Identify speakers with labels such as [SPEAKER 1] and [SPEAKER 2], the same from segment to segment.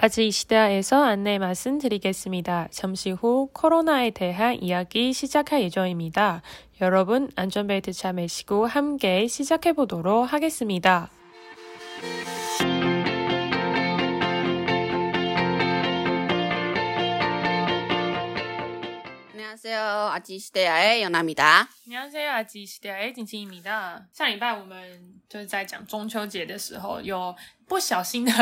[SPEAKER 1] 아직 이 시대에서 안내 말씀드리겠습니다. 잠시 후 코로나에 대한 이야기 시작할 예정입니다. 여러분 안전벨트 잘 매시고 함께 시작해 보도록 하겠습니다.
[SPEAKER 2] 안녕하세요. 아지시대야의 연아입니다.
[SPEAKER 1] 안녕하세요, 아지시대의 진진입니다。上礼拜我们就是在讲中秋节的时候，有不小心 的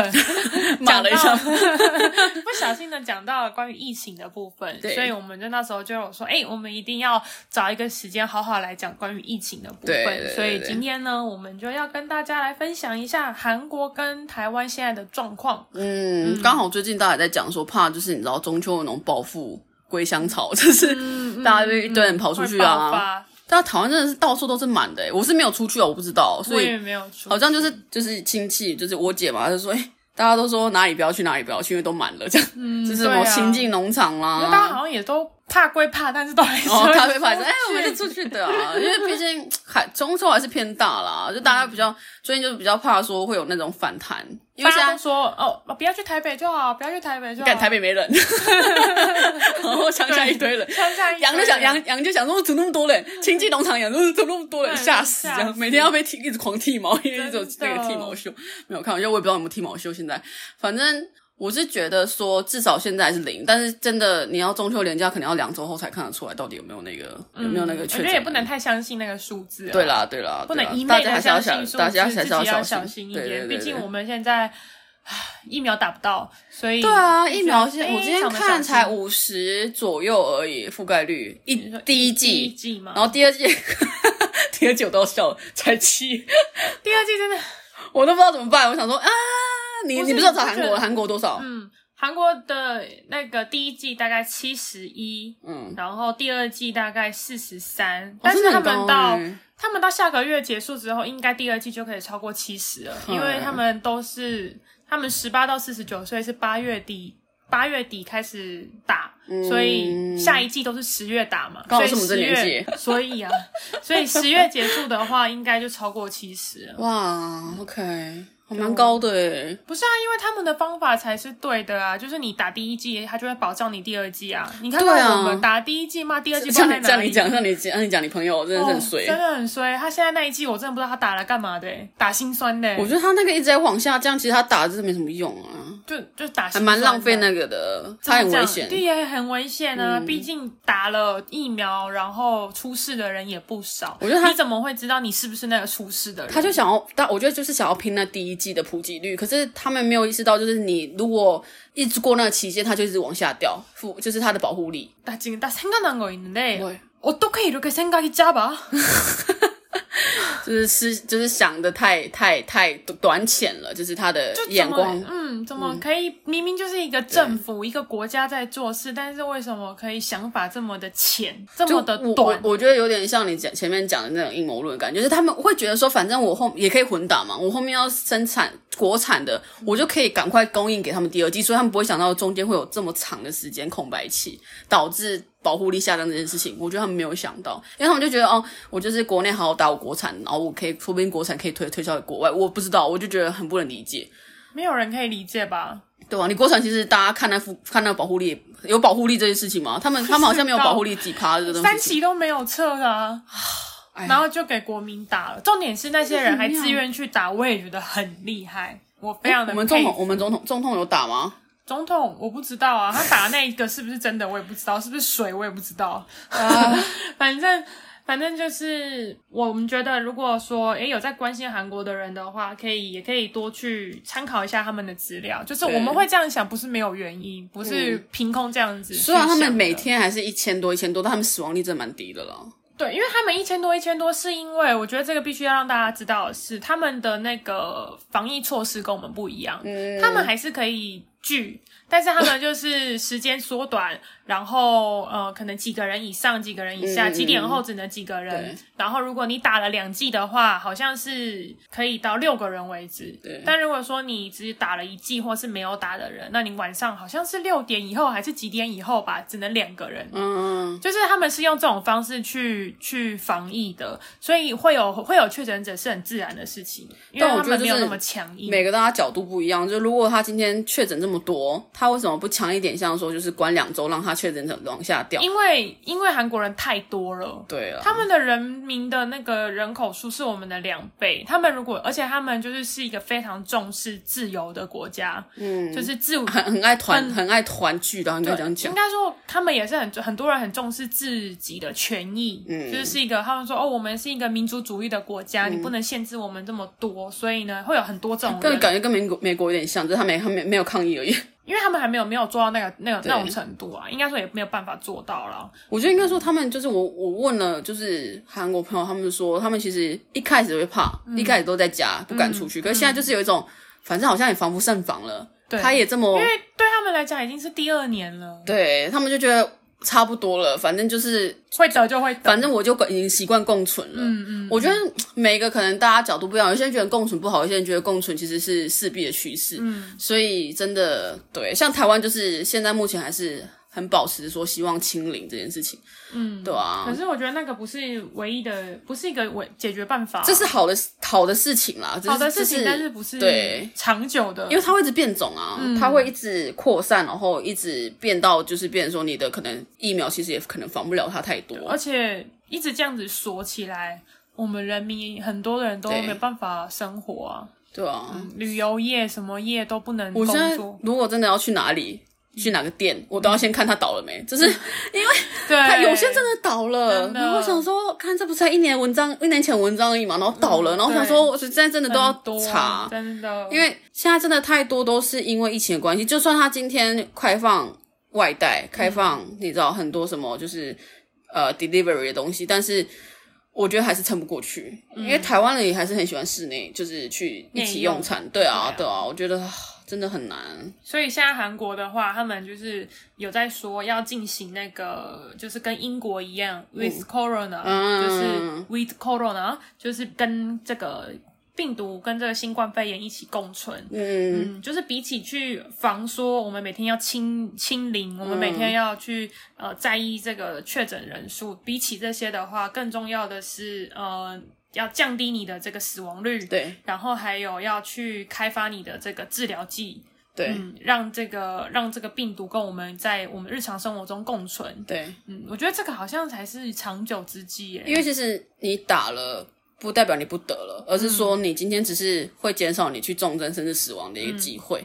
[SPEAKER 2] 骂了一下
[SPEAKER 1] 不小心的讲到了关于疫情的部分，
[SPEAKER 2] 对
[SPEAKER 1] 所以我们就那时候就有说，哎、我们一定要找一个时间好好来讲关于疫情的部分。
[SPEAKER 2] 对对对
[SPEAKER 1] 所以
[SPEAKER 2] 对
[SPEAKER 1] 今天呢，我们就要跟大家来分享一下韩国跟台湾现在的状况。
[SPEAKER 2] 嗯，刚好最近大家也在讲说，怕就是你知道中秋有那种报复归乡潮，就是大家就一堆人跑出去
[SPEAKER 1] 嗯会爆
[SPEAKER 2] 啊。
[SPEAKER 1] 发
[SPEAKER 2] 但台湾真的是到处都是满的、欸，我是没有出去啊，我不知道，所
[SPEAKER 1] 我也
[SPEAKER 2] 以
[SPEAKER 1] 没有出
[SPEAKER 2] 好像就是就是亲戚，就是我姐嘛，她就说，哎、大家都说哪里不要去，哪里不要去，因为都满了，这样，就是什
[SPEAKER 1] 对
[SPEAKER 2] 么
[SPEAKER 1] 啊
[SPEAKER 2] 亲近农场啦，
[SPEAKER 1] 因为大家好像也都怕归怕，但是都还是
[SPEAKER 2] 哦，
[SPEAKER 1] 会
[SPEAKER 2] 咖啡派
[SPEAKER 1] 出
[SPEAKER 2] 说，哎、我们
[SPEAKER 1] 去
[SPEAKER 2] 是出去的啊，因为毕竟还中秋还是偏大啦，就大家比较、最近就是比较怕说会有那种反弹，因为
[SPEAKER 1] 大
[SPEAKER 2] 现
[SPEAKER 1] 家都
[SPEAKER 2] 在
[SPEAKER 1] 说哦，不要去台北就好，不要去台北就好。嗯
[SPEAKER 2] 干台北没 人，然后乡下一堆人。
[SPEAKER 1] 乡下一堆
[SPEAKER 2] 羊
[SPEAKER 1] 人
[SPEAKER 2] 就想羊羊就想说怎么那么多人，亲戚农场羊说怎么那么多人，
[SPEAKER 1] 对
[SPEAKER 2] 吓死
[SPEAKER 1] 嗯哎吓
[SPEAKER 2] 这样，
[SPEAKER 1] 死
[SPEAKER 2] 每天要被剃一直狂剃毛，因为一直有
[SPEAKER 1] 真的
[SPEAKER 2] 那个剃毛秀，没有开玩笑，我也不知道有没有剃毛秀现在，反正我是觉得说至少现在还是零，但是真的你要中秋连假可能要两周后才看得出来到底有没有那个、有没有那个
[SPEAKER 1] 嗯我觉
[SPEAKER 2] 确诊的，
[SPEAKER 1] 得也不能太相信那个数字啊。
[SPEAKER 2] 对啦，对啦，
[SPEAKER 1] 不
[SPEAKER 2] 对
[SPEAKER 1] 能
[SPEAKER 2] 啦
[SPEAKER 1] 一昧
[SPEAKER 2] 大家
[SPEAKER 1] 的
[SPEAKER 2] 还是要
[SPEAKER 1] 相
[SPEAKER 2] 小
[SPEAKER 1] 信，数
[SPEAKER 2] 大
[SPEAKER 1] 字，
[SPEAKER 2] 家还
[SPEAKER 1] 自
[SPEAKER 2] 是
[SPEAKER 1] 己要
[SPEAKER 2] 小
[SPEAKER 1] 心一
[SPEAKER 2] 对对
[SPEAKER 1] 点。
[SPEAKER 2] 对
[SPEAKER 1] 毕
[SPEAKER 2] 对
[SPEAKER 1] 竟
[SPEAKER 2] 对
[SPEAKER 1] 我们现在唉疫苗打不到，所以
[SPEAKER 2] 对啊，疫苗现
[SPEAKER 1] 现
[SPEAKER 2] 在我今天看才五十左右而已，覆盖率一第一
[SPEAKER 1] 第一
[SPEAKER 2] 季，哦
[SPEAKER 1] 季嘛
[SPEAKER 2] 然，后第二季， 第二季我都要笑了，才七，
[SPEAKER 1] 第二季真的，
[SPEAKER 2] 我都不知道怎么办。我想说啊，你
[SPEAKER 1] 不是
[SPEAKER 2] 你不知道
[SPEAKER 1] 你
[SPEAKER 2] 找
[SPEAKER 1] 不
[SPEAKER 2] 韩
[SPEAKER 1] 觉
[SPEAKER 2] 国
[SPEAKER 1] 得
[SPEAKER 2] 韩国多少？哦
[SPEAKER 1] 嗯，韩国的那个第一季大概七十一，
[SPEAKER 2] 嗯，
[SPEAKER 1] 然后第二季大概四十三，
[SPEAKER 2] 哦
[SPEAKER 1] 但
[SPEAKER 2] 真
[SPEAKER 1] 是
[SPEAKER 2] 的
[SPEAKER 1] 他
[SPEAKER 2] 很
[SPEAKER 1] 们
[SPEAKER 2] 高
[SPEAKER 1] 到
[SPEAKER 2] 欸
[SPEAKER 1] 他们到下个月结束之后，应该第二季就可以超过七十了，
[SPEAKER 2] 嗯
[SPEAKER 1] 因为他们都是他们十八到四十九岁是八月底八月底开始打，所以下一季都是十月打嘛，
[SPEAKER 2] 嗯
[SPEAKER 1] 所
[SPEAKER 2] 刚好
[SPEAKER 1] 以
[SPEAKER 2] 是我们这
[SPEAKER 1] 十
[SPEAKER 2] 年
[SPEAKER 1] 月， 所以啊，所以十月结束的话，应该就超过七十了。
[SPEAKER 2] 哇，OK，还蛮高的欸诶。
[SPEAKER 1] 不是啊，因为他们的方法才是对的啊，就是你打第一季，他就会保障你第二季啊。你看
[SPEAKER 2] 对啊
[SPEAKER 1] 看我们打第一季骂第二季不知道
[SPEAKER 2] 像
[SPEAKER 1] 在
[SPEAKER 2] 你
[SPEAKER 1] 哪
[SPEAKER 2] 像
[SPEAKER 1] 里
[SPEAKER 2] 你讲，像你讲，像你讲，你朋友真的是很
[SPEAKER 1] 哦
[SPEAKER 2] 衰。
[SPEAKER 1] 真的很衰。他现在那一季，我真的不知道他打了干嘛的、欸打心酸的、
[SPEAKER 2] 我觉得他那个一直在往下降，其实他打真的没什么用啊，
[SPEAKER 1] 就就打
[SPEAKER 2] 还
[SPEAKER 1] 心酸的
[SPEAKER 2] 蛮浪费那个的，他很危险。嗯
[SPEAKER 1] 对，也很危险啊！毕竟打了疫苗，然后出事的人也不少。
[SPEAKER 2] 我觉得他
[SPEAKER 1] 你怎么会知道你是不是那个出事的人？
[SPEAKER 2] 他就想要，但我觉得就是想要拼那第一季的普及率，可是他们没有意识到，就是你如果一直过那个期限，它就一直往下掉，负就是它的保护力。
[SPEAKER 1] 나 지금 딱 생각난 거 있는데
[SPEAKER 2] 뭘?
[SPEAKER 1] 어떻게 이렇게 생각이 짧아?
[SPEAKER 2] 就是思，就是想的太太太短浅了，就是他的
[SPEAKER 1] 就
[SPEAKER 2] 眼
[SPEAKER 1] 怎么
[SPEAKER 2] 光。
[SPEAKER 1] 嗯，怎么可以？明明就是一个政府、一个国家在做事，但是为什么可以想法这么的浅，这
[SPEAKER 2] 就
[SPEAKER 1] 么的
[SPEAKER 2] 我
[SPEAKER 1] 短？
[SPEAKER 2] 我我觉得有点像你讲前面讲的那种阴谋论的感觉，就是他们会觉得说，反正我后也可以混打嘛，我后面要生产国产的，我就可以赶快供应给他们第二季，所以他们不会想到中间会有这么长的时间空白期，导致保护力下降这件事情。我觉得他们没有想到，因为他们就觉得哦，我就是国内好好打我国产，然后我可以说不定国产可以推推销给国外，我不知道，我就觉得很不能理解。
[SPEAKER 1] 没有人可以理解吧？
[SPEAKER 2] 对啊，你国产其实大家看那副看那保护力有保护力这件事情吗？他们他们好像没有保护力几趴这个东西。
[SPEAKER 1] 三期都没有测的啊，
[SPEAKER 2] 哎
[SPEAKER 1] 然后就给国民打了。重点是那些人还自愿去打，我也觉得很厉害，我非常的
[SPEAKER 2] 我们
[SPEAKER 1] 佩
[SPEAKER 2] 总
[SPEAKER 1] 服
[SPEAKER 2] 统，我们总统总统有打吗？
[SPEAKER 1] 总统我不知道啊，他打的那一个是不是真的我也不知道，是不是水我也不知道，
[SPEAKER 2] 啊
[SPEAKER 1] 反正。反正就是我们觉得，如果说诶有在关心韩国的人的话，可以也可以多去参考一下他们的资料。就是我们
[SPEAKER 2] 对嗯
[SPEAKER 1] 会这样想，不是没有原因，不是凭空这样子去
[SPEAKER 2] 虽
[SPEAKER 1] 想的。
[SPEAKER 2] 然他们每天还是一千多、一千多，但他们死亡率真的蛮低的啦。
[SPEAKER 1] 对，因为他们一千多一千多，是因为我觉得这个必须要让大家知道的是，他们的那个防疫措施跟我们不一样，
[SPEAKER 2] 嗯
[SPEAKER 1] 他们还是可以聚，但是他们就是时间缩短，然后呃，可能几个人以上，几个人以下，
[SPEAKER 2] 嗯嗯
[SPEAKER 1] 几点后只能几个人
[SPEAKER 2] 对，
[SPEAKER 1] 然后如果你打了两剂的话，好像是可以到六个人为止，
[SPEAKER 2] 对
[SPEAKER 1] 但如果说你只打了一剂或是没有打的人，那你晚上好像是六点以后还是几点以后吧，只能两个人，
[SPEAKER 2] 嗯，
[SPEAKER 1] 就是他们是用这种方式去去防疫的，所以会有会有确诊者是很自然的事情，因为
[SPEAKER 2] 但
[SPEAKER 1] 他
[SPEAKER 2] 我觉
[SPEAKER 1] 们
[SPEAKER 2] 得就
[SPEAKER 1] 没
[SPEAKER 2] 是
[SPEAKER 1] 有那么强硬。
[SPEAKER 2] 每个大家角度不一样。就如果他今天确诊这这么多，他为什么不强一点？像说就是关两周，让他确诊者往下掉。
[SPEAKER 1] 因为因为韩国人太多了。
[SPEAKER 2] 对啊，
[SPEAKER 1] 他们的人民的那个人口数是我们的两倍。他们如果，而且他们就是是一个非常重视自由的国家，嗯，就是自
[SPEAKER 2] 很很爱团，很爱团聚的，应该这样
[SPEAKER 1] 应
[SPEAKER 2] 讲。
[SPEAKER 1] 该说他们也是很很多人很重视自己的权益，嗯，就是是一个他们说哦，我们是一个民族主义的国
[SPEAKER 2] 嗯
[SPEAKER 1] 家，你不能限制我们这么多，所以呢，会有很多这种
[SPEAKER 2] 跟
[SPEAKER 1] 人，
[SPEAKER 2] 感觉跟美国美国有点像，就是他没他没没有抗议而已。
[SPEAKER 1] 因为他们还没有没有做到那个那个那种程度啊，应该说也没有办法做到了。
[SPEAKER 2] 我觉得应该说他们就是我，我问了就是韩国朋友，他们说他们其实一开始会怕，一开始都在家不敢出去，可是现在就是有一种，反正好像也防不胜防了，
[SPEAKER 1] 对
[SPEAKER 2] 他也这么
[SPEAKER 1] 因为对他们来讲已经是第二年了，
[SPEAKER 2] 对他们就觉得差不多了，反正就是
[SPEAKER 1] 会得就会得，
[SPEAKER 2] 反正我就已经习惯共存了。嗯嗯，我觉得每个可能大家角度不一样，有些人觉得共存不好，有些人觉得共存其实是势必的趋势。嗯，所以真的对，像台湾就是现在目前还是很保持说希望清零这件事情。嗯，对啊
[SPEAKER 1] 可，是我觉得那个不是唯一的，不是一个唯解决办法。
[SPEAKER 2] 这是好的好的事情啦，只是
[SPEAKER 1] 好的事情，
[SPEAKER 2] 只
[SPEAKER 1] 但是不嗯是
[SPEAKER 2] 对。
[SPEAKER 1] 长久的，
[SPEAKER 2] 因为它会一直变种啊，它会一直扩散，然后一直变到就是变成说你的可能疫苗其实也可能防不了它太多。
[SPEAKER 1] 而且一直这样子锁起来，我们人民很多人都
[SPEAKER 2] 对
[SPEAKER 1] 没有办法生活啊，
[SPEAKER 2] 对啊，
[SPEAKER 1] 旅游业什么业都不能
[SPEAKER 2] 我
[SPEAKER 1] 工
[SPEAKER 2] 现在
[SPEAKER 1] 作。嗯
[SPEAKER 2] 如果真的要去哪里，去哪个店，我都要先看它倒了 没，就是
[SPEAKER 1] 对，
[SPEAKER 2] 它有些真的倒了
[SPEAKER 1] 哎真。的
[SPEAKER 2] 然后我想说，看这不是才一年文章，一年前文章而已嘛，然后倒了，然后我想说，我现在真的都要
[SPEAKER 1] 嗯很多
[SPEAKER 2] 查，
[SPEAKER 1] 真的，
[SPEAKER 2] 因为现在真的太多都是因为疫情的关系，就算它今天开放外
[SPEAKER 1] 嗯
[SPEAKER 2] 带，开放、你知道很多什么就是呃 delivery 的东西，但是。我觉得还是撑不过去，因为台湾人也还是很喜欢室内，就是去一起
[SPEAKER 1] 嗯内用
[SPEAKER 2] 用餐。对啊，
[SPEAKER 1] 对
[SPEAKER 2] 对啊，我觉得啊真的很难。
[SPEAKER 1] 所以现在韩国的话，他们就是有在说要进行那个，就是跟英国一样、with corona，、
[SPEAKER 2] 嗯
[SPEAKER 1] 就是 with corona，就是跟这个病毒跟这个新冠肺炎一起共存。
[SPEAKER 2] 嗯，
[SPEAKER 1] 嗯，就是比起去防说我们每天要清清零，我们每
[SPEAKER 2] 嗯
[SPEAKER 1] 天要去、呃在意这个确诊人数，比起这些的话，更重要的是呃要降低你的这个死亡率，
[SPEAKER 2] 对
[SPEAKER 1] 然后还有要去开发你的这个治疗剂，
[SPEAKER 2] 对、
[SPEAKER 1] 嗯，让这个让这个病毒跟我们在我们日常生活中共存。
[SPEAKER 2] 对，
[SPEAKER 1] 嗯，我觉得这个好像才是长久之计耶。
[SPEAKER 2] 因为其实你打了。不代表你不得了，而是说你今天只是会减少你去重症甚至死亡的一个机会。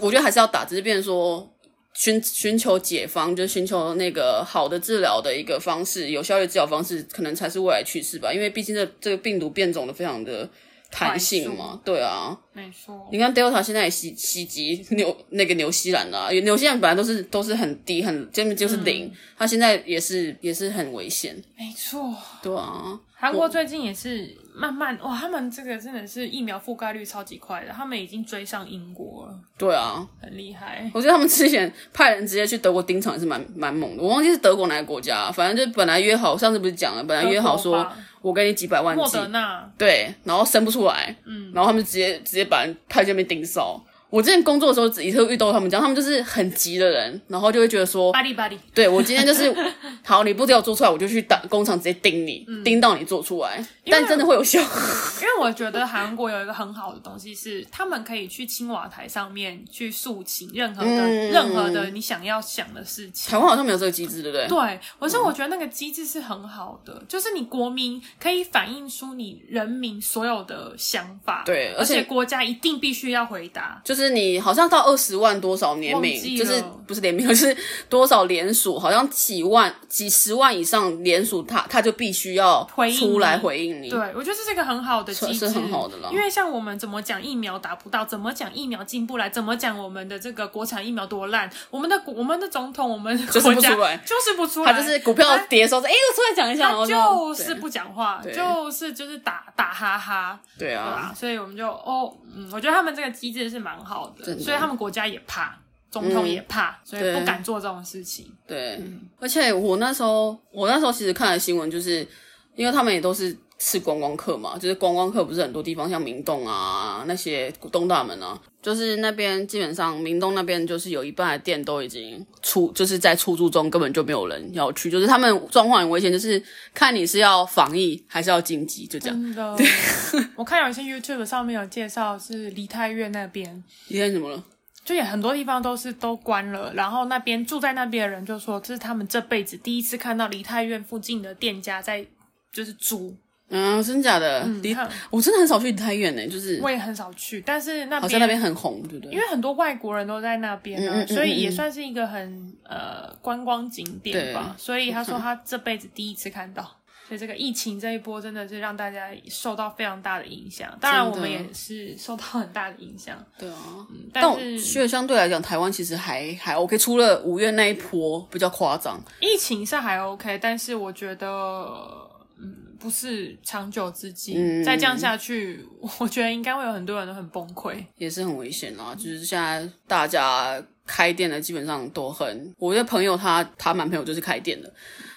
[SPEAKER 2] 我觉得还是要打，只是变成说寻寻求解方，就寻求那个好的治疗的一个方式，有效率治疗方式，可能才是未来趋势吧。因为毕竟这这个病毒变种的非常的弹性
[SPEAKER 1] 快
[SPEAKER 2] 嘛，对啊。
[SPEAKER 1] 没错，
[SPEAKER 2] 你看 Delta 现在也袭袭击纽那个纽西兰啦、纽西兰本来都是都是很低很，根本就是零，它现在也是也是很危险，
[SPEAKER 1] 没错。
[SPEAKER 2] 对啊，
[SPEAKER 1] 韩国最近也是慢慢哇，他们这个真的是疫苗覆盖率超级快的，他们已经追上英国了，
[SPEAKER 2] 对啊，
[SPEAKER 1] 很厉害。
[SPEAKER 2] 我觉得他们之前派人直接去德国盯场也是蛮蛮猛的，我忘记是德国哪个国家、啊反正就本来约好，上次不是讲了，本来约好
[SPEAKER 1] 德
[SPEAKER 2] 说
[SPEAKER 1] 国吧
[SPEAKER 2] 我给你几百万
[SPEAKER 1] 莫
[SPEAKER 2] 剂，
[SPEAKER 1] 德纳，
[SPEAKER 2] 对，然后生不出来，嗯，然后他们直接直接把人派去那边盯梢。我之前工作的时候也是会遇到他们这样，他们就是很急的人，然后就会觉得说，
[SPEAKER 1] 巴黎巴黎，
[SPEAKER 2] 对我今天就是 好，你不给我做出来，我就去打工厂直接盯你，
[SPEAKER 1] 嗯
[SPEAKER 2] 盯到你做出来。但真的会有效，
[SPEAKER 1] 因为我觉得韩国有一个很好的东西是，他们可以去青瓦台上面去诉请任何的、
[SPEAKER 2] 嗯
[SPEAKER 1] 任何的你想要想的事情。
[SPEAKER 2] 台湾好像没有这个机制，对不对？
[SPEAKER 1] 对，我
[SPEAKER 2] 嗯
[SPEAKER 1] 是我觉得那个机制是很好的，就是你国民可以反映出你人民所有的想法，
[SPEAKER 2] 对
[SPEAKER 1] 而
[SPEAKER 2] 而且嗯
[SPEAKER 1] 国家一定必须要回答。
[SPEAKER 2] 就是你好像到二十万多少联
[SPEAKER 1] 忘记
[SPEAKER 2] 名，
[SPEAKER 1] 了
[SPEAKER 2] 就是不是联名， 就是多少联署，好像几万、几十万以上联署，他他就必须要
[SPEAKER 1] 回应你
[SPEAKER 2] 出来回应你。
[SPEAKER 1] 对，我觉得这是一个很好的机制，
[SPEAKER 2] 是是很好的啦
[SPEAKER 1] 因为像我们怎么讲疫苗达不到，怎么讲疫苗进不来，怎么讲我们的这个国产疫苗多烂，我们的国我们的总统，我们的
[SPEAKER 2] 就是
[SPEAKER 1] 国
[SPEAKER 2] 不
[SPEAKER 1] 家
[SPEAKER 2] 出来
[SPEAKER 1] 就是不出来，
[SPEAKER 2] 他就是股票跌的时候，哎、我出来讲一下，
[SPEAKER 1] 他
[SPEAKER 2] 然后
[SPEAKER 1] 就是不讲话，
[SPEAKER 2] 对
[SPEAKER 1] 就是就是打打哈哈，
[SPEAKER 2] 对对
[SPEAKER 1] 对吧、
[SPEAKER 2] 啊，
[SPEAKER 1] 所以我们就哦，嗯，我觉得他们这个机制是蛮好的，
[SPEAKER 2] 真的嗯
[SPEAKER 1] 所以他们国家也怕，总统也怕，所以
[SPEAKER 2] 对
[SPEAKER 1] 不敢做这种事情。
[SPEAKER 2] 对。
[SPEAKER 1] 嗯
[SPEAKER 2] 而且我那时候，我那时候其实看了新闻，就是因为他们也都是吃观光客嘛，就是观光客不是很多地方，像明洞啊那些东大门啊，就是那边基本上明洞那边就是有一半的店都已经出，就是在出租中，根本就没有人要去，就是他们状况很危险，就是看你是要防疫还是要经济，就这样。
[SPEAKER 1] 真 的，我看有一些 YouTube 上面有介绍是梨泰院那边，
[SPEAKER 2] 今天怎么了？
[SPEAKER 1] 就也很多地方都是都关了，然后那边住在那边的人就说，这是他们这辈子第一次看到梨泰院附近的店家在就是租，
[SPEAKER 2] 嗯，真假的？离、
[SPEAKER 1] 看
[SPEAKER 2] 我真的很少去离太远呢、就是
[SPEAKER 1] 我也很少去，但是那
[SPEAKER 2] 好
[SPEAKER 1] 边
[SPEAKER 2] 像那边很红，对不对？
[SPEAKER 1] 因为很多外国人都在那边啊，
[SPEAKER 2] 嗯嗯嗯
[SPEAKER 1] 所以也
[SPEAKER 2] 嗯嗯
[SPEAKER 1] 算是一个很呃观光景点吧。
[SPEAKER 2] 对
[SPEAKER 1] 所以 他说他这辈子第一次看到，所以这个疫情这一波真的是让大家受到非常大的影响。当然，
[SPEAKER 2] 真
[SPEAKER 1] 我
[SPEAKER 2] 的
[SPEAKER 1] 们也是受到很大的影响，嗯
[SPEAKER 2] 对啊，但
[SPEAKER 1] 但
[SPEAKER 2] 我
[SPEAKER 1] 是
[SPEAKER 2] 觉得相对来讲，台湾其实还还 OK，除了五月那一波比较夸张。
[SPEAKER 1] 疫情是还 OK，但是我觉得。嗯，不是长久之计。
[SPEAKER 2] 嗯
[SPEAKER 1] 再这样下去，我觉得应该会有很多人都很崩溃。
[SPEAKER 2] 也是很危险啦。就是现在大家开店的基本上都很，我的朋友她她男朋友就是开店的，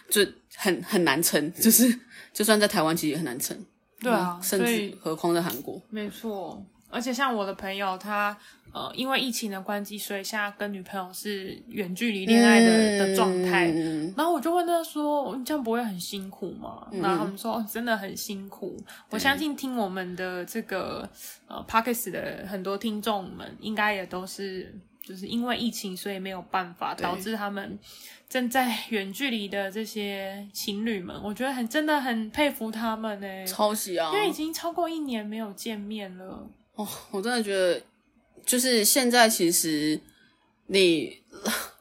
[SPEAKER 2] 就很很难撑，就是就算在台湾其实也很难撑，
[SPEAKER 1] 对啊，
[SPEAKER 2] 嗯甚
[SPEAKER 1] 所以
[SPEAKER 2] 至何况在韩国。
[SPEAKER 1] 没错，而且像我的朋友，他呃，因为疫情的关系，所以现在跟女朋友是远距离恋爱的、的状态。
[SPEAKER 2] 嗯
[SPEAKER 1] 然后我就问他说：“你嗯这样不会很辛苦吗？”然后他们说：“哦，真的很辛苦。”我相信听我们的这个呃 p o c k e t 的很多听众们，应该也都是就是因为疫情，所以没有办法，导致他们正在远距离的这些情侣们，我觉得很真的很佩服他们欸呢、
[SPEAKER 2] 抄袭啊
[SPEAKER 1] 因！为已经超过一年没有见面了。
[SPEAKER 2] 哦，我真的觉得，就是现在其实你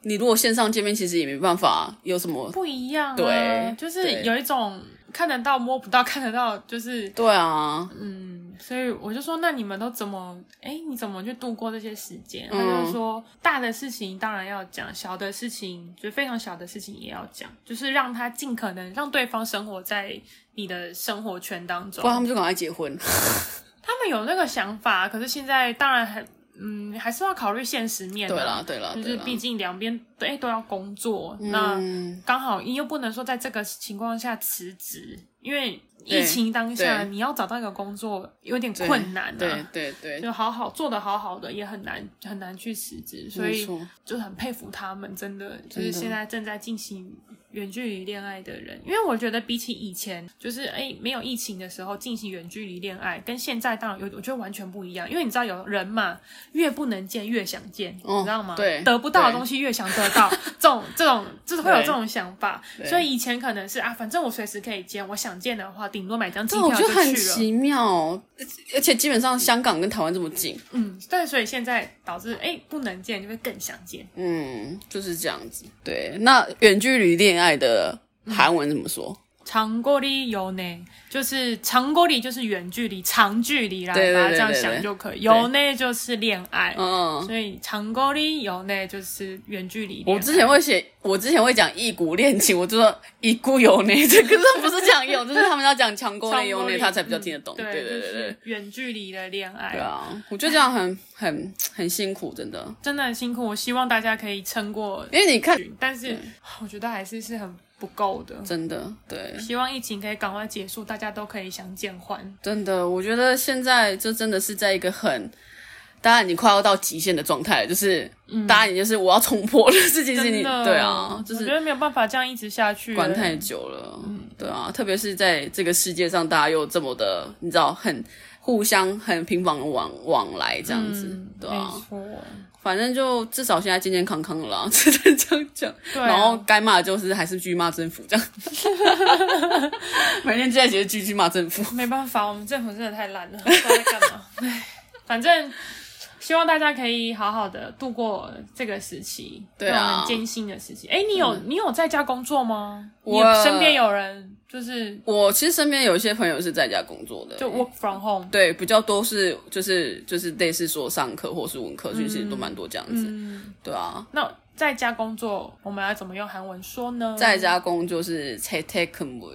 [SPEAKER 2] 你如果线上见面，其实也没办法有什么。
[SPEAKER 1] 不一样、啊，
[SPEAKER 2] 对
[SPEAKER 1] 就是
[SPEAKER 2] 对
[SPEAKER 1] 有一种看得到摸不到，看得到就是
[SPEAKER 2] 对啊，
[SPEAKER 1] 嗯，所以我就说，那你们都怎么，哎、你怎么去度过这些时间？
[SPEAKER 2] 嗯
[SPEAKER 1] 他就说，大的事情当然要讲，小的事情就非常小的事情也要讲，就是让他尽可能让对方生活在你的生活圈当中
[SPEAKER 2] 不。然他们就赶快结婚。
[SPEAKER 1] 他们有那个想法，可是现在当然还，嗯，还是要考虑现实面、啊。
[SPEAKER 2] 对啦，对啦，
[SPEAKER 1] 就
[SPEAKER 2] 对
[SPEAKER 1] 是
[SPEAKER 2] 啦。嗯
[SPEAKER 1] 毕竟两边对都要工作，那刚好你又不能说在这个情况下辞职，因为疫情当下
[SPEAKER 2] 对
[SPEAKER 1] 你要找到一个工作有点困难
[SPEAKER 2] 对
[SPEAKER 1] 啊。
[SPEAKER 2] 对对，
[SPEAKER 1] 就好好做的好好的也很难很难去辞职，所
[SPEAKER 2] 没
[SPEAKER 1] 以
[SPEAKER 2] 错。
[SPEAKER 1] 就很佩服他们，真的就是
[SPEAKER 2] 真的
[SPEAKER 1] 现在正在进行远距离恋爱的人，因为我觉得比起以前就是哎没有疫情的时候进行远距离恋爱，跟现在当然有我觉得完全不一样，因为你知道有人嘛，越不能见越想见，
[SPEAKER 2] 哦
[SPEAKER 1] 你知道吗？
[SPEAKER 2] 对
[SPEAKER 1] 得不到的
[SPEAKER 2] 对
[SPEAKER 1] 东西越想得 到，这种这种就是会有
[SPEAKER 2] 对
[SPEAKER 1] 这种想法，
[SPEAKER 2] 对
[SPEAKER 1] 所以以前可能是啊，反正我随时可以见，我想见的话，顶多买张机
[SPEAKER 2] 这我
[SPEAKER 1] 票
[SPEAKER 2] 觉得很
[SPEAKER 1] 去了。
[SPEAKER 2] 奇妙、而且而且基本上香港跟台湾这么近，
[SPEAKER 1] 嗯，对，所以现在导致哎不能见就会更想见。
[SPEAKER 2] 嗯，就是这样子。对，那远距离恋爱的韩文怎么说？
[SPEAKER 1] 长距离有呢，就是长距离就是远距离、长距离啦，
[SPEAKER 2] 对对
[SPEAKER 1] 大家这
[SPEAKER 2] 对
[SPEAKER 1] 样
[SPEAKER 2] 对
[SPEAKER 1] 想
[SPEAKER 2] 对
[SPEAKER 1] 就可以。有呢就是恋爱，
[SPEAKER 2] 嗯，
[SPEAKER 1] 所以长距离有呢就是远距离恋爱。
[SPEAKER 2] 我之前会写，我之前会讲一股恋情，我就说一股有内，这个这不是讲有，就是他们要讲强过
[SPEAKER 1] 长
[SPEAKER 2] 内
[SPEAKER 1] 距
[SPEAKER 2] 有内，
[SPEAKER 1] 离
[SPEAKER 2] 他才比较听得懂。
[SPEAKER 1] 嗯
[SPEAKER 2] 对对
[SPEAKER 1] 就
[SPEAKER 2] 对对
[SPEAKER 1] 是。远距离的恋
[SPEAKER 2] 对
[SPEAKER 1] 爱。
[SPEAKER 2] 啊，我觉得这样很很很辛苦，真的。
[SPEAKER 1] 真的很辛苦，我希望大家可以撑过，
[SPEAKER 2] 因为你看，
[SPEAKER 1] 但是
[SPEAKER 2] 嗯
[SPEAKER 1] 我觉得还是是很不够的。
[SPEAKER 2] 真的对，
[SPEAKER 1] 希望疫情可以赶快结束，大家都可以相见欢。
[SPEAKER 2] 真的，我觉得现在就真的是在一个很，当然你快要到极限的状态，就是，当然你就是我要冲破了，是其实你
[SPEAKER 1] 嗯真的，
[SPEAKER 2] 对啊，就
[SPEAKER 1] 我
[SPEAKER 2] 是
[SPEAKER 1] 觉得没有嗯办法这样一直下去了。
[SPEAKER 2] 管太久了，对啊，特别是在这个世界上，大家又这么的，你知道，很互相很频繁的往往来这样子，
[SPEAKER 1] 嗯，
[SPEAKER 2] 对
[SPEAKER 1] 没
[SPEAKER 2] 啊，
[SPEAKER 1] 错。
[SPEAKER 2] 反正就至少现在健健康康了 啦，只能这样讲。
[SPEAKER 1] 对啊
[SPEAKER 2] 然后该骂的就是还是继续骂政府这样， 每天现在觉得继续骂政府。
[SPEAKER 1] 没办法，我们政府真的太烂了，不 知道在干嘛。唉，反正希望大家可以好好的度过这个时期，
[SPEAKER 2] 对啊嗯
[SPEAKER 1] 让我们艰辛的时期。哎，你有、你有在家工作吗？你
[SPEAKER 2] 我
[SPEAKER 1] 身边有人就是
[SPEAKER 2] 我其实身边有一些朋友是在家工作的，
[SPEAKER 1] 就 work from home，
[SPEAKER 2] 对比较多是就是就是类似说上课或是文科，其实都蛮多这样子，
[SPEAKER 1] 嗯，
[SPEAKER 2] 对啊。
[SPEAKER 1] 那在家工作，我们要怎么用韩文说呢？
[SPEAKER 2] 在家工就是 t a t e k m u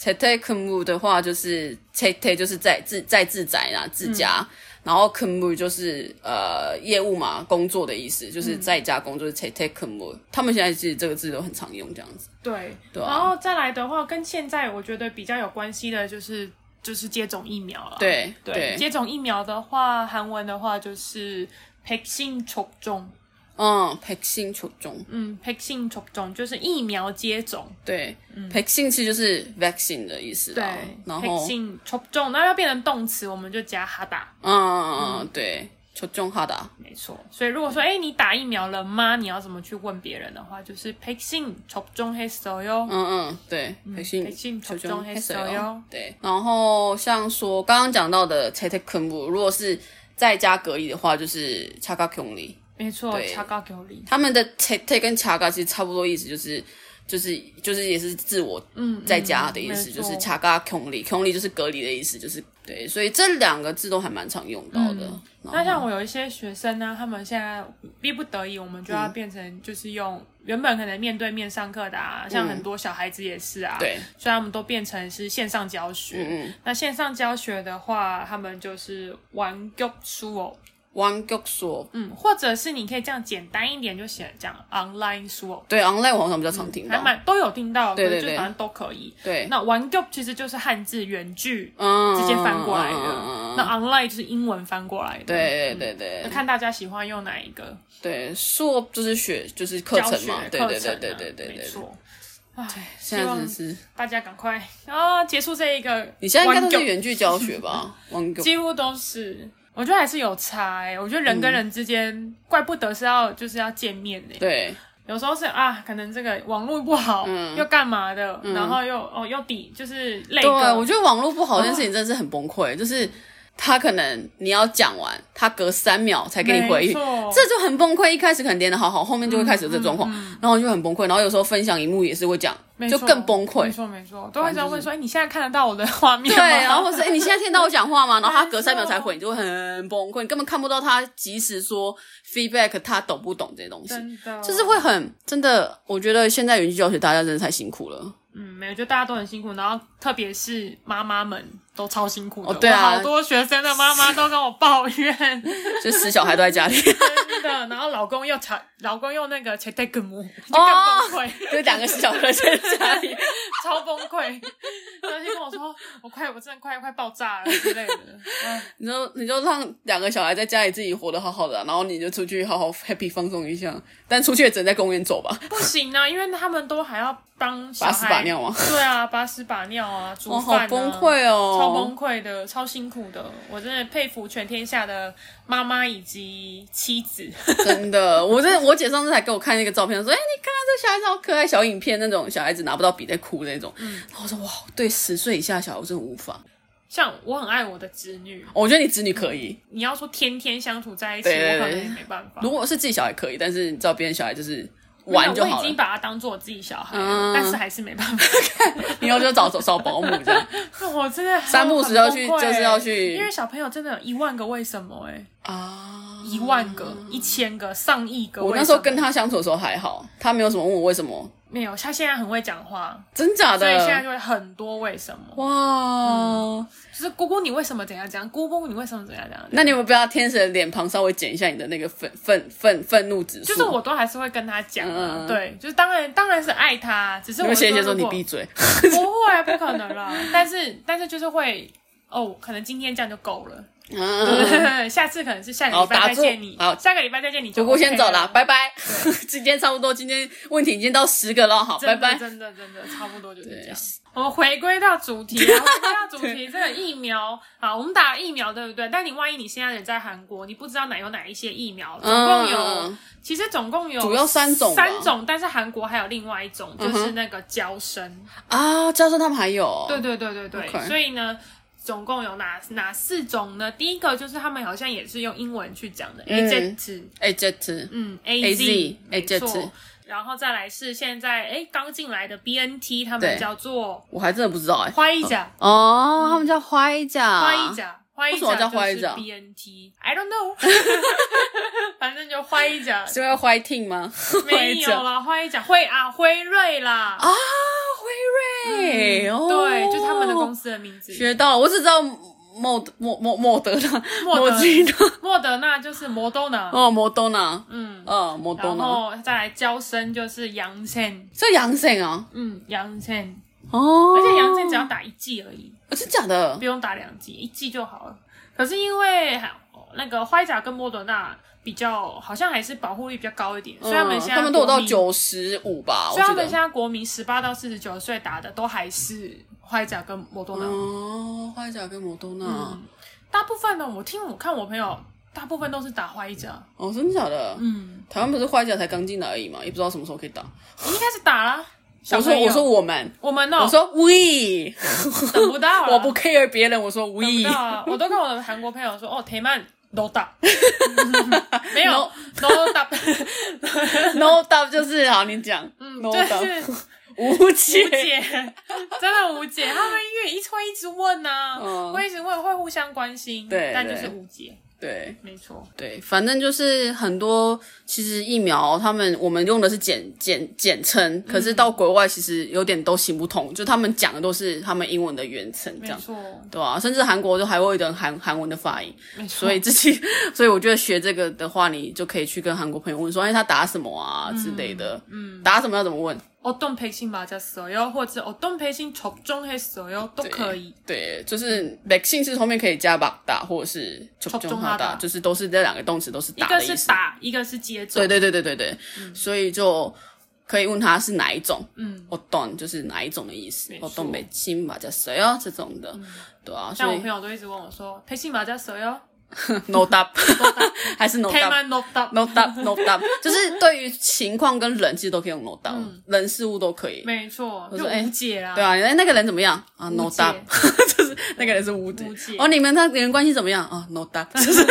[SPEAKER 2] t a t e k m u 的话就是 t a t e 就是在自在自宅啦自家，
[SPEAKER 1] 嗯
[SPEAKER 2] 然后 k m u 就是呃业务嘛工作的意思，就是在家工作 t a t e k m u 他们现在其实这个字都很常用这样子，
[SPEAKER 1] 对，
[SPEAKER 2] 对啊
[SPEAKER 1] 然后再来的话，跟现在我觉得比较有关系的就是就是接种疫苗了。
[SPEAKER 2] 对
[SPEAKER 1] 哦对，接种疫苗的话，韩文的话就是백신접종。
[SPEAKER 2] 嗯，백신求中，
[SPEAKER 1] 嗯，vaccine 접종就是疫苗接种，
[SPEAKER 2] 对，
[SPEAKER 1] 嗯
[SPEAKER 2] 백신其实就是 vaccine 的意思啦，然后。
[SPEAKER 1] ，vaccine 접종，那要变成动词，我们就加哈达。
[SPEAKER 2] 嗯，嗯嗯，对，就中哈达。
[SPEAKER 1] 没错，所以如果说，哎、你打疫苗了吗？你要怎么去问别人的话，就是백신접종했어요。
[SPEAKER 2] 嗯嗯，对，培训
[SPEAKER 1] 培训
[SPEAKER 2] 球
[SPEAKER 1] 球中黑手哟
[SPEAKER 2] 哦对，然后像说刚刚讲到的 t e t e k u m 如果是在家隔离的话，就是 c h a g a k u n g
[SPEAKER 1] 没错，
[SPEAKER 2] 对
[SPEAKER 1] 查高九里。
[SPEAKER 2] 他们的 t e t e 跟 c h a g a 其实差不多意思，就是就是就是也是自我
[SPEAKER 1] 嗯，
[SPEAKER 2] 在家的意思，
[SPEAKER 1] 没
[SPEAKER 2] 就
[SPEAKER 1] 错
[SPEAKER 2] 是 c h a g a k u n g k u n g 就是隔离的意思，就是对，所以这两个字都还蛮常用到的。
[SPEAKER 1] 嗯
[SPEAKER 2] 然后
[SPEAKER 1] 那像我有一些学生呢、他们现在逼不得已，我们就要变成就是用、原本可能面对面上课的啊，像很多小孩子也是啊，
[SPEAKER 2] 嗯对，
[SPEAKER 1] 所以他们都变成是线上教学。
[SPEAKER 2] 嗯嗯
[SPEAKER 1] 那线上教学的话，他们就是玩 g o 书哦，
[SPEAKER 2] ，one g o 说，
[SPEAKER 1] 嗯，或者是你可以这样简单一点，就写讲 online 书哦，
[SPEAKER 2] 对，online 我好像比较常听
[SPEAKER 1] 嗯还
[SPEAKER 2] 到，
[SPEAKER 1] 蛮都有听到，
[SPEAKER 2] 对对
[SPEAKER 1] 可是就
[SPEAKER 2] 对
[SPEAKER 1] 反正都可以。
[SPEAKER 2] 对，
[SPEAKER 1] 那玩 g o 其实就是汉字原句
[SPEAKER 2] 嗯，
[SPEAKER 1] 直接翻过来的，
[SPEAKER 2] 嗯嗯嗯嗯
[SPEAKER 1] 那嗯 online 就是英文翻过来的，
[SPEAKER 2] 对对对对
[SPEAKER 1] 那，看大家喜欢用哪一个
[SPEAKER 2] 对，硕就是学就是课
[SPEAKER 1] 教
[SPEAKER 2] 程
[SPEAKER 1] 学
[SPEAKER 2] 嘛，对
[SPEAKER 1] 课
[SPEAKER 2] 对
[SPEAKER 1] 程
[SPEAKER 2] 对
[SPEAKER 1] 啊
[SPEAKER 2] 对对对
[SPEAKER 1] 没
[SPEAKER 2] 对。
[SPEAKER 1] 错。唉，希
[SPEAKER 2] 现在真
[SPEAKER 1] 望
[SPEAKER 2] 的是，
[SPEAKER 1] 大家赶快啊结束这一个。
[SPEAKER 2] 你现在应该都是原剧教学吧？网友
[SPEAKER 1] 几乎都是，我觉得还是有差、欸。我觉得人
[SPEAKER 2] 嗯
[SPEAKER 1] 跟人之间，怪不得是要就是要见面欸呢、
[SPEAKER 2] 对
[SPEAKER 1] 有时候是啊，可能这个网络不好，又干嘛的，然后又哦又抵就是累
[SPEAKER 2] 嗯对，啊
[SPEAKER 1] 个，
[SPEAKER 2] 我觉得网络不好这件事情真的是很崩溃，就是他可能你要讲完，他隔三秒才给你回
[SPEAKER 1] 没
[SPEAKER 2] 应。
[SPEAKER 1] 错
[SPEAKER 2] 这就很崩溃，一开始可能连的好好，后面就会开始有这状况，然后就很崩溃。然后有时候分享荧幕也是会讲
[SPEAKER 1] 嗯没，
[SPEAKER 2] 就
[SPEAKER 1] 错
[SPEAKER 2] 更崩溃
[SPEAKER 1] 没。错没错，都会这样问说，哎、你现在看得到我的画面
[SPEAKER 2] 对，
[SPEAKER 1] 吗？
[SPEAKER 2] 然后或是哎、欸你现在听得到我讲 话吗？然后他
[SPEAKER 1] 没
[SPEAKER 2] 隔三秒才
[SPEAKER 1] 错
[SPEAKER 2] 回，你就会很崩溃，你根本看不到他及时说 feedback，他懂不懂这些东西。
[SPEAKER 1] 真的
[SPEAKER 2] 就是会很真的，我觉得现在远距教学大家真的太辛苦了。
[SPEAKER 1] 嗯，没有，就大家都很辛苦，然后特别是妈妈们都超辛苦的。
[SPEAKER 2] 哦对啊
[SPEAKER 1] 我好多学生的妈妈都跟我抱怨，真
[SPEAKER 2] 就死小孩都在家 里，
[SPEAKER 1] 的。然后老公又吵，老公又那个 c h e t e k m 就
[SPEAKER 2] 哦
[SPEAKER 1] 更崩溃，
[SPEAKER 2] 就两个死小孩在家里。
[SPEAKER 1] 超崩溃。然后就跟我说，我快，我真的快快爆炸了之类的。嗯，
[SPEAKER 2] 你就 你就让两个小孩在家里自己活得好好的啊、然后你就出去好好 happy 放松一下。但出去也只能在公园走吧，
[SPEAKER 1] 不行啊，因为他们都还要帮小
[SPEAKER 2] 把屎
[SPEAKER 1] 孩
[SPEAKER 2] 把尿啊。
[SPEAKER 1] 对啊，把屎把尿啊，煮
[SPEAKER 2] 哦，
[SPEAKER 1] 饭、啊
[SPEAKER 2] 好崩溃哦！
[SPEAKER 1] 超崩溃的，超辛苦的，我真的佩服全天下的妈妈以及妻子。
[SPEAKER 2] 真的，我真的，我姐上次还给我看那个照片，说：“哎、你看看这小孩子好可爱，小影片那种小孩子拿不到笔在哭那种。然后我说：“哇，对十岁以下的小孩我真的无法。
[SPEAKER 1] 像我很爱我的侄女，
[SPEAKER 2] 我觉得你子女可以，
[SPEAKER 1] 你要说天天相处在一起，
[SPEAKER 2] 对对对
[SPEAKER 1] 我可能也没办法。
[SPEAKER 2] 如果是自己小孩可以，但是你知道别人小孩就是
[SPEAKER 1] 没有
[SPEAKER 2] 玩就
[SPEAKER 1] 我
[SPEAKER 2] 好
[SPEAKER 1] 已
[SPEAKER 2] 了
[SPEAKER 1] 经，把他当做我自己小孩了，
[SPEAKER 2] 嗯
[SPEAKER 1] 但是还是没办法。
[SPEAKER 2] 以后就找找找保姆这样。
[SPEAKER 1] 我真的很
[SPEAKER 2] 三不五时要
[SPEAKER 1] 很
[SPEAKER 2] 去
[SPEAKER 1] 崩溃欸
[SPEAKER 2] 就是要去
[SPEAKER 1] 因为小朋友真的有一万个为什么、哎，
[SPEAKER 2] 啊。
[SPEAKER 1] 一万个、一千个、上亿个为什么。
[SPEAKER 2] 我那时候跟他相处的时候还好，他没有什么问我为什么，
[SPEAKER 1] 没有，他现在很会讲话，
[SPEAKER 2] 真假
[SPEAKER 1] 所以现在
[SPEAKER 2] 的？
[SPEAKER 1] 就会很多为什么，
[SPEAKER 2] 哇，
[SPEAKER 1] 就是姑姑你为什么怎样怎样，姑姑你为什么怎样怎样。
[SPEAKER 2] 那你有没有被他天使的脸庞稍微减一下你的那个愤愤愤愤怒指数？
[SPEAKER 1] 就是我都还是会跟他讲、啊，
[SPEAKER 2] 嗯
[SPEAKER 1] 对，就是当然当然是爱他，只是
[SPEAKER 2] 你
[SPEAKER 1] 我
[SPEAKER 2] 会写一些
[SPEAKER 1] 如
[SPEAKER 2] 说你
[SPEAKER 1] 果
[SPEAKER 2] 闭嘴，
[SPEAKER 1] 不会啊，不可能啦。 但是但是就是会哦，可能今天这样就够了，
[SPEAKER 2] 嗯，
[SPEAKER 1] 下次可能是下个
[SPEAKER 2] 好
[SPEAKER 1] 礼拜再
[SPEAKER 2] 打住
[SPEAKER 1] 见你，
[SPEAKER 2] 好
[SPEAKER 1] 下个礼拜再见你就、
[SPEAKER 2] 姑
[SPEAKER 1] OK
[SPEAKER 2] 姑先走了，
[SPEAKER 1] 了，
[SPEAKER 2] 拜拜。 今天差不多，今天问题已经到十个了，好，
[SPEAKER 1] 真的
[SPEAKER 2] 拜拜。
[SPEAKER 1] 真的真的差不多就是这
[SPEAKER 2] 对
[SPEAKER 1] 样。我们回归到主题 啊，回归到主题，这个疫苗好，我们打疫苗对不对？但你万一你现在人在韩国，你不知道哪有哪一些疫苗，总共有、
[SPEAKER 2] 嗯
[SPEAKER 1] 其实总共有
[SPEAKER 2] 主要三种吧嗯
[SPEAKER 1] 三种，但是韩国还有另外一种，就是那个胶生。
[SPEAKER 2] 啊，教授他们还有，
[SPEAKER 1] 对对对对对
[SPEAKER 2] OK
[SPEAKER 1] 所以呢，总共有哪哪四种呢？第一个就是他们好像也是用英文去讲的、
[SPEAKER 2] 嗯
[SPEAKER 1] a z t
[SPEAKER 2] 哎，这次
[SPEAKER 1] 嗯
[SPEAKER 2] AZ
[SPEAKER 1] ，AZ，没
[SPEAKER 2] 哎
[SPEAKER 1] 错
[SPEAKER 2] AZ。
[SPEAKER 1] 然后再来是现在哎刚进来的 BNT，他们
[SPEAKER 2] 对
[SPEAKER 1] 叫做
[SPEAKER 2] 我还真的不知道哎。
[SPEAKER 1] 花衣甲，
[SPEAKER 2] 哦，他们叫花衣甲，
[SPEAKER 1] 花衣，甲。花衣
[SPEAKER 2] 啊为什么
[SPEAKER 1] 甲
[SPEAKER 2] 叫
[SPEAKER 1] 就
[SPEAKER 2] 花衣
[SPEAKER 1] 是
[SPEAKER 2] 甲
[SPEAKER 1] BNT，I don't know，反正就花衣甲
[SPEAKER 2] 是因为花 ting 吗？
[SPEAKER 1] 没有啦，花衣甲辉啊辉瑞啦，
[SPEAKER 2] 啊，辉瑞，哦，
[SPEAKER 1] 嗯对，就是他们的公司的名字。
[SPEAKER 2] 学到了，我只知道莫德莫莫莫德纳，
[SPEAKER 1] 莫德
[SPEAKER 2] 吉纳，
[SPEAKER 1] 莫德纳就是摩多纳，
[SPEAKER 2] 哦，莫多纳，
[SPEAKER 1] 嗯，
[SPEAKER 2] 嗯，莫多
[SPEAKER 1] 然
[SPEAKER 2] 纳，
[SPEAKER 1] 后再来交生就是阳线，
[SPEAKER 2] 这阳性啊，
[SPEAKER 1] 嗯，阳线，
[SPEAKER 2] 哦，
[SPEAKER 1] 而且阳线只要打一剂而已，
[SPEAKER 2] 哦，真假的
[SPEAKER 1] 不，用打两剂，一剂就好了。可是因为那个辉甲跟莫德纳比较，好像还是保护率比较高一点，所以他们
[SPEAKER 2] 嗯
[SPEAKER 1] 现在
[SPEAKER 2] 他们都有到
[SPEAKER 1] 国民，
[SPEAKER 2] 九十五吧，我
[SPEAKER 1] 所以他
[SPEAKER 2] 记
[SPEAKER 1] 们现
[SPEAKER 2] 得。
[SPEAKER 1] 在国民十八到四十九岁打的都还是辉甲
[SPEAKER 2] 嗯
[SPEAKER 1] 跟莫多纳，
[SPEAKER 2] 哦，花甲跟摩多纳，
[SPEAKER 1] 大部分呢，我听我看我朋友大部分都是打坏一家，
[SPEAKER 2] 哦，真的假的？
[SPEAKER 1] 嗯，
[SPEAKER 2] 台湾不是坏家才刚进来而已嘛，也不知道什么时候可以打。
[SPEAKER 1] 应该是打啦。小
[SPEAKER 2] 我说
[SPEAKER 1] 朋友
[SPEAKER 2] 我说我们，
[SPEAKER 1] 我们呢、
[SPEAKER 2] 我说 we，
[SPEAKER 1] 等哦不到了，
[SPEAKER 2] 我不 care 别人，我说 we，
[SPEAKER 1] 等不到啊！我都跟我的韩国朋友说，哦，台曼都 打， 没有 no 打，
[SPEAKER 2] no doubt 就是好，你讲、
[SPEAKER 1] 嗯
[SPEAKER 2] no
[SPEAKER 1] 就是
[SPEAKER 2] doubt 无解
[SPEAKER 1] 无解，
[SPEAKER 2] 예.
[SPEAKER 1] 真的无解。他们因为一直会一直问呐、
[SPEAKER 2] 嗯
[SPEAKER 1] 会一直问，会互相关心，
[SPEAKER 2] 对
[SPEAKER 1] 但就是
[SPEAKER 2] 对
[SPEAKER 1] 无解，
[SPEAKER 2] 对
[SPEAKER 1] 没错。
[SPEAKER 2] 对，反正就是很多其实疫苗他们我们用的是简简简称，可
[SPEAKER 1] 嗯
[SPEAKER 2] 是到国外其实有点都行不通，就他们讲的都是他们英文的原称这
[SPEAKER 1] 没
[SPEAKER 2] 样。
[SPEAKER 1] 错，
[SPEAKER 2] 对啊，甚至韩国都还会有一点韩韩文的发音，
[SPEAKER 1] 没错。
[SPEAKER 2] 所以自己，所以我觉得学这个的话，你就可以去跟韩国朋友问说，哎，他打什么啊之类的，嗯，打什么要怎么问，
[SPEAKER 1] 어떤 백신 맞았어요?或者 어떤 백신 접종했어요?都可以
[SPEAKER 2] 对，就是 vaccine 是后面可以加把打，或者是접종하다，
[SPEAKER 1] 접종하다
[SPEAKER 2] 就是都是这两个动词都是
[SPEAKER 1] 一
[SPEAKER 2] 打
[SPEAKER 1] 个
[SPEAKER 2] 的意
[SPEAKER 1] 是
[SPEAKER 2] 思。
[SPEAKER 1] 打，嗯一个是接种
[SPEAKER 2] 对。对对对对对，所以就可以问他是哪一种，
[SPEAKER 1] 嗯，
[SPEAKER 2] 我懂就是哪一种的意思
[SPEAKER 1] 没，错嗯
[SPEAKER 2] 我懂北京嘛叫谁啊这种的，对啊，所
[SPEAKER 1] 像我
[SPEAKER 2] 以
[SPEAKER 1] 朋友都一直问我说백신 맞았어요?
[SPEAKER 2] no d u b 还是 no d u b
[SPEAKER 1] 태만 높다.
[SPEAKER 2] no d u b no d u b 就是对于情况跟人其实都可以用 no d u b 人事物都可以。
[SPEAKER 1] 嗯没错，就
[SPEAKER 2] 说哎
[SPEAKER 1] 无解啦。
[SPEAKER 2] 对啊，哎，那个人怎么样啊？No
[SPEAKER 1] 无
[SPEAKER 2] d
[SPEAKER 1] 解
[SPEAKER 2] u b 就是那个人是无解
[SPEAKER 1] 无解。
[SPEAKER 2] 哦，你们他你们关系怎么样啊？No d u b 就是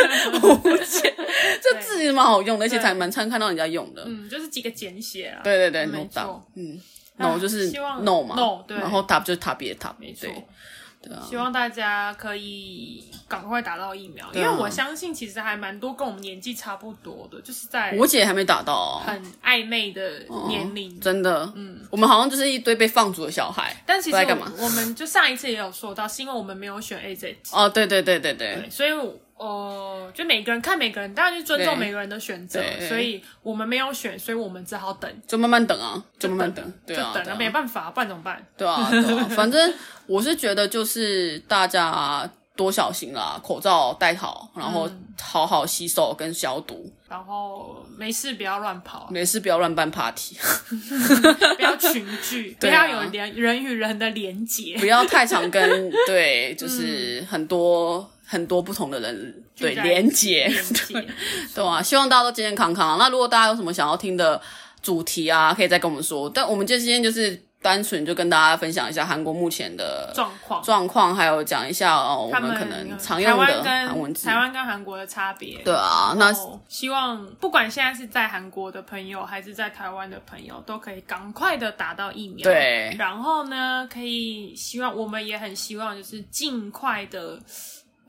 [SPEAKER 2] 无解，这字其实蛮好用的，而且
[SPEAKER 1] 对
[SPEAKER 2] 才蛮常看到人家用的。
[SPEAKER 1] 嗯，就是几个简写啦。
[SPEAKER 2] 对对对，no
[SPEAKER 1] 没
[SPEAKER 2] d u b
[SPEAKER 1] 错，
[SPEAKER 2] 嗯
[SPEAKER 1] 啊
[SPEAKER 2] ，no 就是
[SPEAKER 1] 希望
[SPEAKER 2] no 嘛
[SPEAKER 1] no，对
[SPEAKER 2] 然后 d u b 就是特别 d u b
[SPEAKER 1] 没错
[SPEAKER 2] 对。啊
[SPEAKER 1] 希望大家可以赶快打到疫苗，因
[SPEAKER 2] 对啊
[SPEAKER 1] 为我相信其实还蛮多跟我们年纪差不多的，就是在
[SPEAKER 2] 我姐还没打到哦，
[SPEAKER 1] 很暧昧的年龄。
[SPEAKER 2] 真的，嗯，我们好像就是一堆被放逐的小孩，
[SPEAKER 1] 但其
[SPEAKER 2] 不
[SPEAKER 1] 实
[SPEAKER 2] 知道在干嘛？
[SPEAKER 1] 我我们就上一次也有说到，是因为我们没有选 AZ
[SPEAKER 2] 哦，对对对对对
[SPEAKER 1] 对，所以我呃，就每个人看每个人，当然就尊
[SPEAKER 2] 对
[SPEAKER 1] 重每个人的选择
[SPEAKER 2] 对。
[SPEAKER 1] 所以我们没有选，所以我们只好等，
[SPEAKER 2] 就慢慢等啊，就慢慢等，对
[SPEAKER 1] 就
[SPEAKER 2] 啊，
[SPEAKER 1] 等
[SPEAKER 2] 对
[SPEAKER 1] 了，
[SPEAKER 2] 啊
[SPEAKER 1] 没办法，不然怎么办？
[SPEAKER 2] 对啊，对啊，反正我是觉得就是大家多小心啦，口罩戴好，然后
[SPEAKER 1] 嗯
[SPEAKER 2] 好好洗手跟消毒，
[SPEAKER 1] 然后没事不要乱 跑，
[SPEAKER 2] 没事不要乱办 party，
[SPEAKER 1] 不要群聚，不
[SPEAKER 2] 对啊
[SPEAKER 1] 要有连人与人的连结，
[SPEAKER 2] 不要太常跟对，就是很多、很多不同的人
[SPEAKER 1] 嗯
[SPEAKER 2] 对
[SPEAKER 1] 聚在
[SPEAKER 2] 连接，
[SPEAKER 1] 连结。
[SPEAKER 2] 对啊，希望大家都健健康康啊。那如果大家有什么想要听的主题啊，可以再跟我们说。但我们今天就是单纯就跟大家分享一下韩国目前的
[SPEAKER 1] 状况，
[SPEAKER 2] 状况，还有讲一下哦，我
[SPEAKER 1] 他
[SPEAKER 2] 们
[SPEAKER 1] 们
[SPEAKER 2] 可能常用
[SPEAKER 1] 台
[SPEAKER 2] 的
[SPEAKER 1] 湾跟
[SPEAKER 2] 韩文字
[SPEAKER 1] 台。湾跟韩国的差别。
[SPEAKER 2] 对啊，那
[SPEAKER 1] 然后希望不管现在是在韩国的朋友，还是在台湾的朋友，都可以赶快的打到疫苗。
[SPEAKER 2] 对
[SPEAKER 1] 然后呢，可以希望我们也很希望，就是尽快的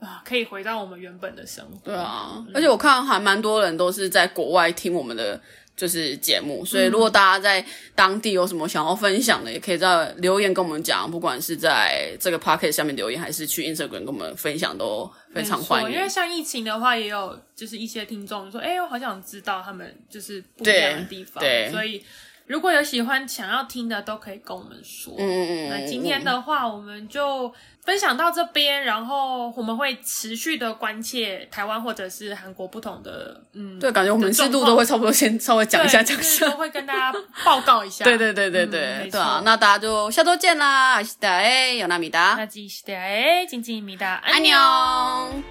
[SPEAKER 1] 啊，可以回到我们原本的生活。
[SPEAKER 2] 对啊，而且我看还蛮多人都是在国外听我们的就是节目，所以如果大家在当地有什么想要分享的，也可以在留言跟我们讲，不管是在这个 p o c k e t 下面留言，还是去 Instagram 跟我们分享，都非常欢
[SPEAKER 1] 没错
[SPEAKER 2] 迎
[SPEAKER 1] 因为。像疫情的话，也有就是一些听众说，哎、我好想知道他们就是不一样的地方，
[SPEAKER 2] 对对
[SPEAKER 1] 所以如果有喜欢想要听的，都可以跟我们说。
[SPEAKER 2] 嗯嗯嗯
[SPEAKER 1] 那
[SPEAKER 2] 嗯，
[SPEAKER 1] 今天的话，我们就分享到这边，然后我们会持续的关切台湾或者是韩国不同的， 嗯，
[SPEAKER 2] 对，感觉我们制度都会差不多，先稍微讲一下
[SPEAKER 1] 对
[SPEAKER 2] 讲
[SPEAKER 1] 就
[SPEAKER 2] 一
[SPEAKER 1] 是都
[SPEAKER 2] 下。
[SPEAKER 1] 会跟大家报告一下。
[SPEAKER 2] 对对对对
[SPEAKER 1] 嗯
[SPEAKER 2] 对
[SPEAKER 1] 没，错
[SPEAKER 2] 对啊，那大家就下周哎见啦，下期待，有纳米达，
[SPEAKER 1] 哎那记得哎，静静米达，
[SPEAKER 2] 安哦
[SPEAKER 1] 安
[SPEAKER 2] 妞。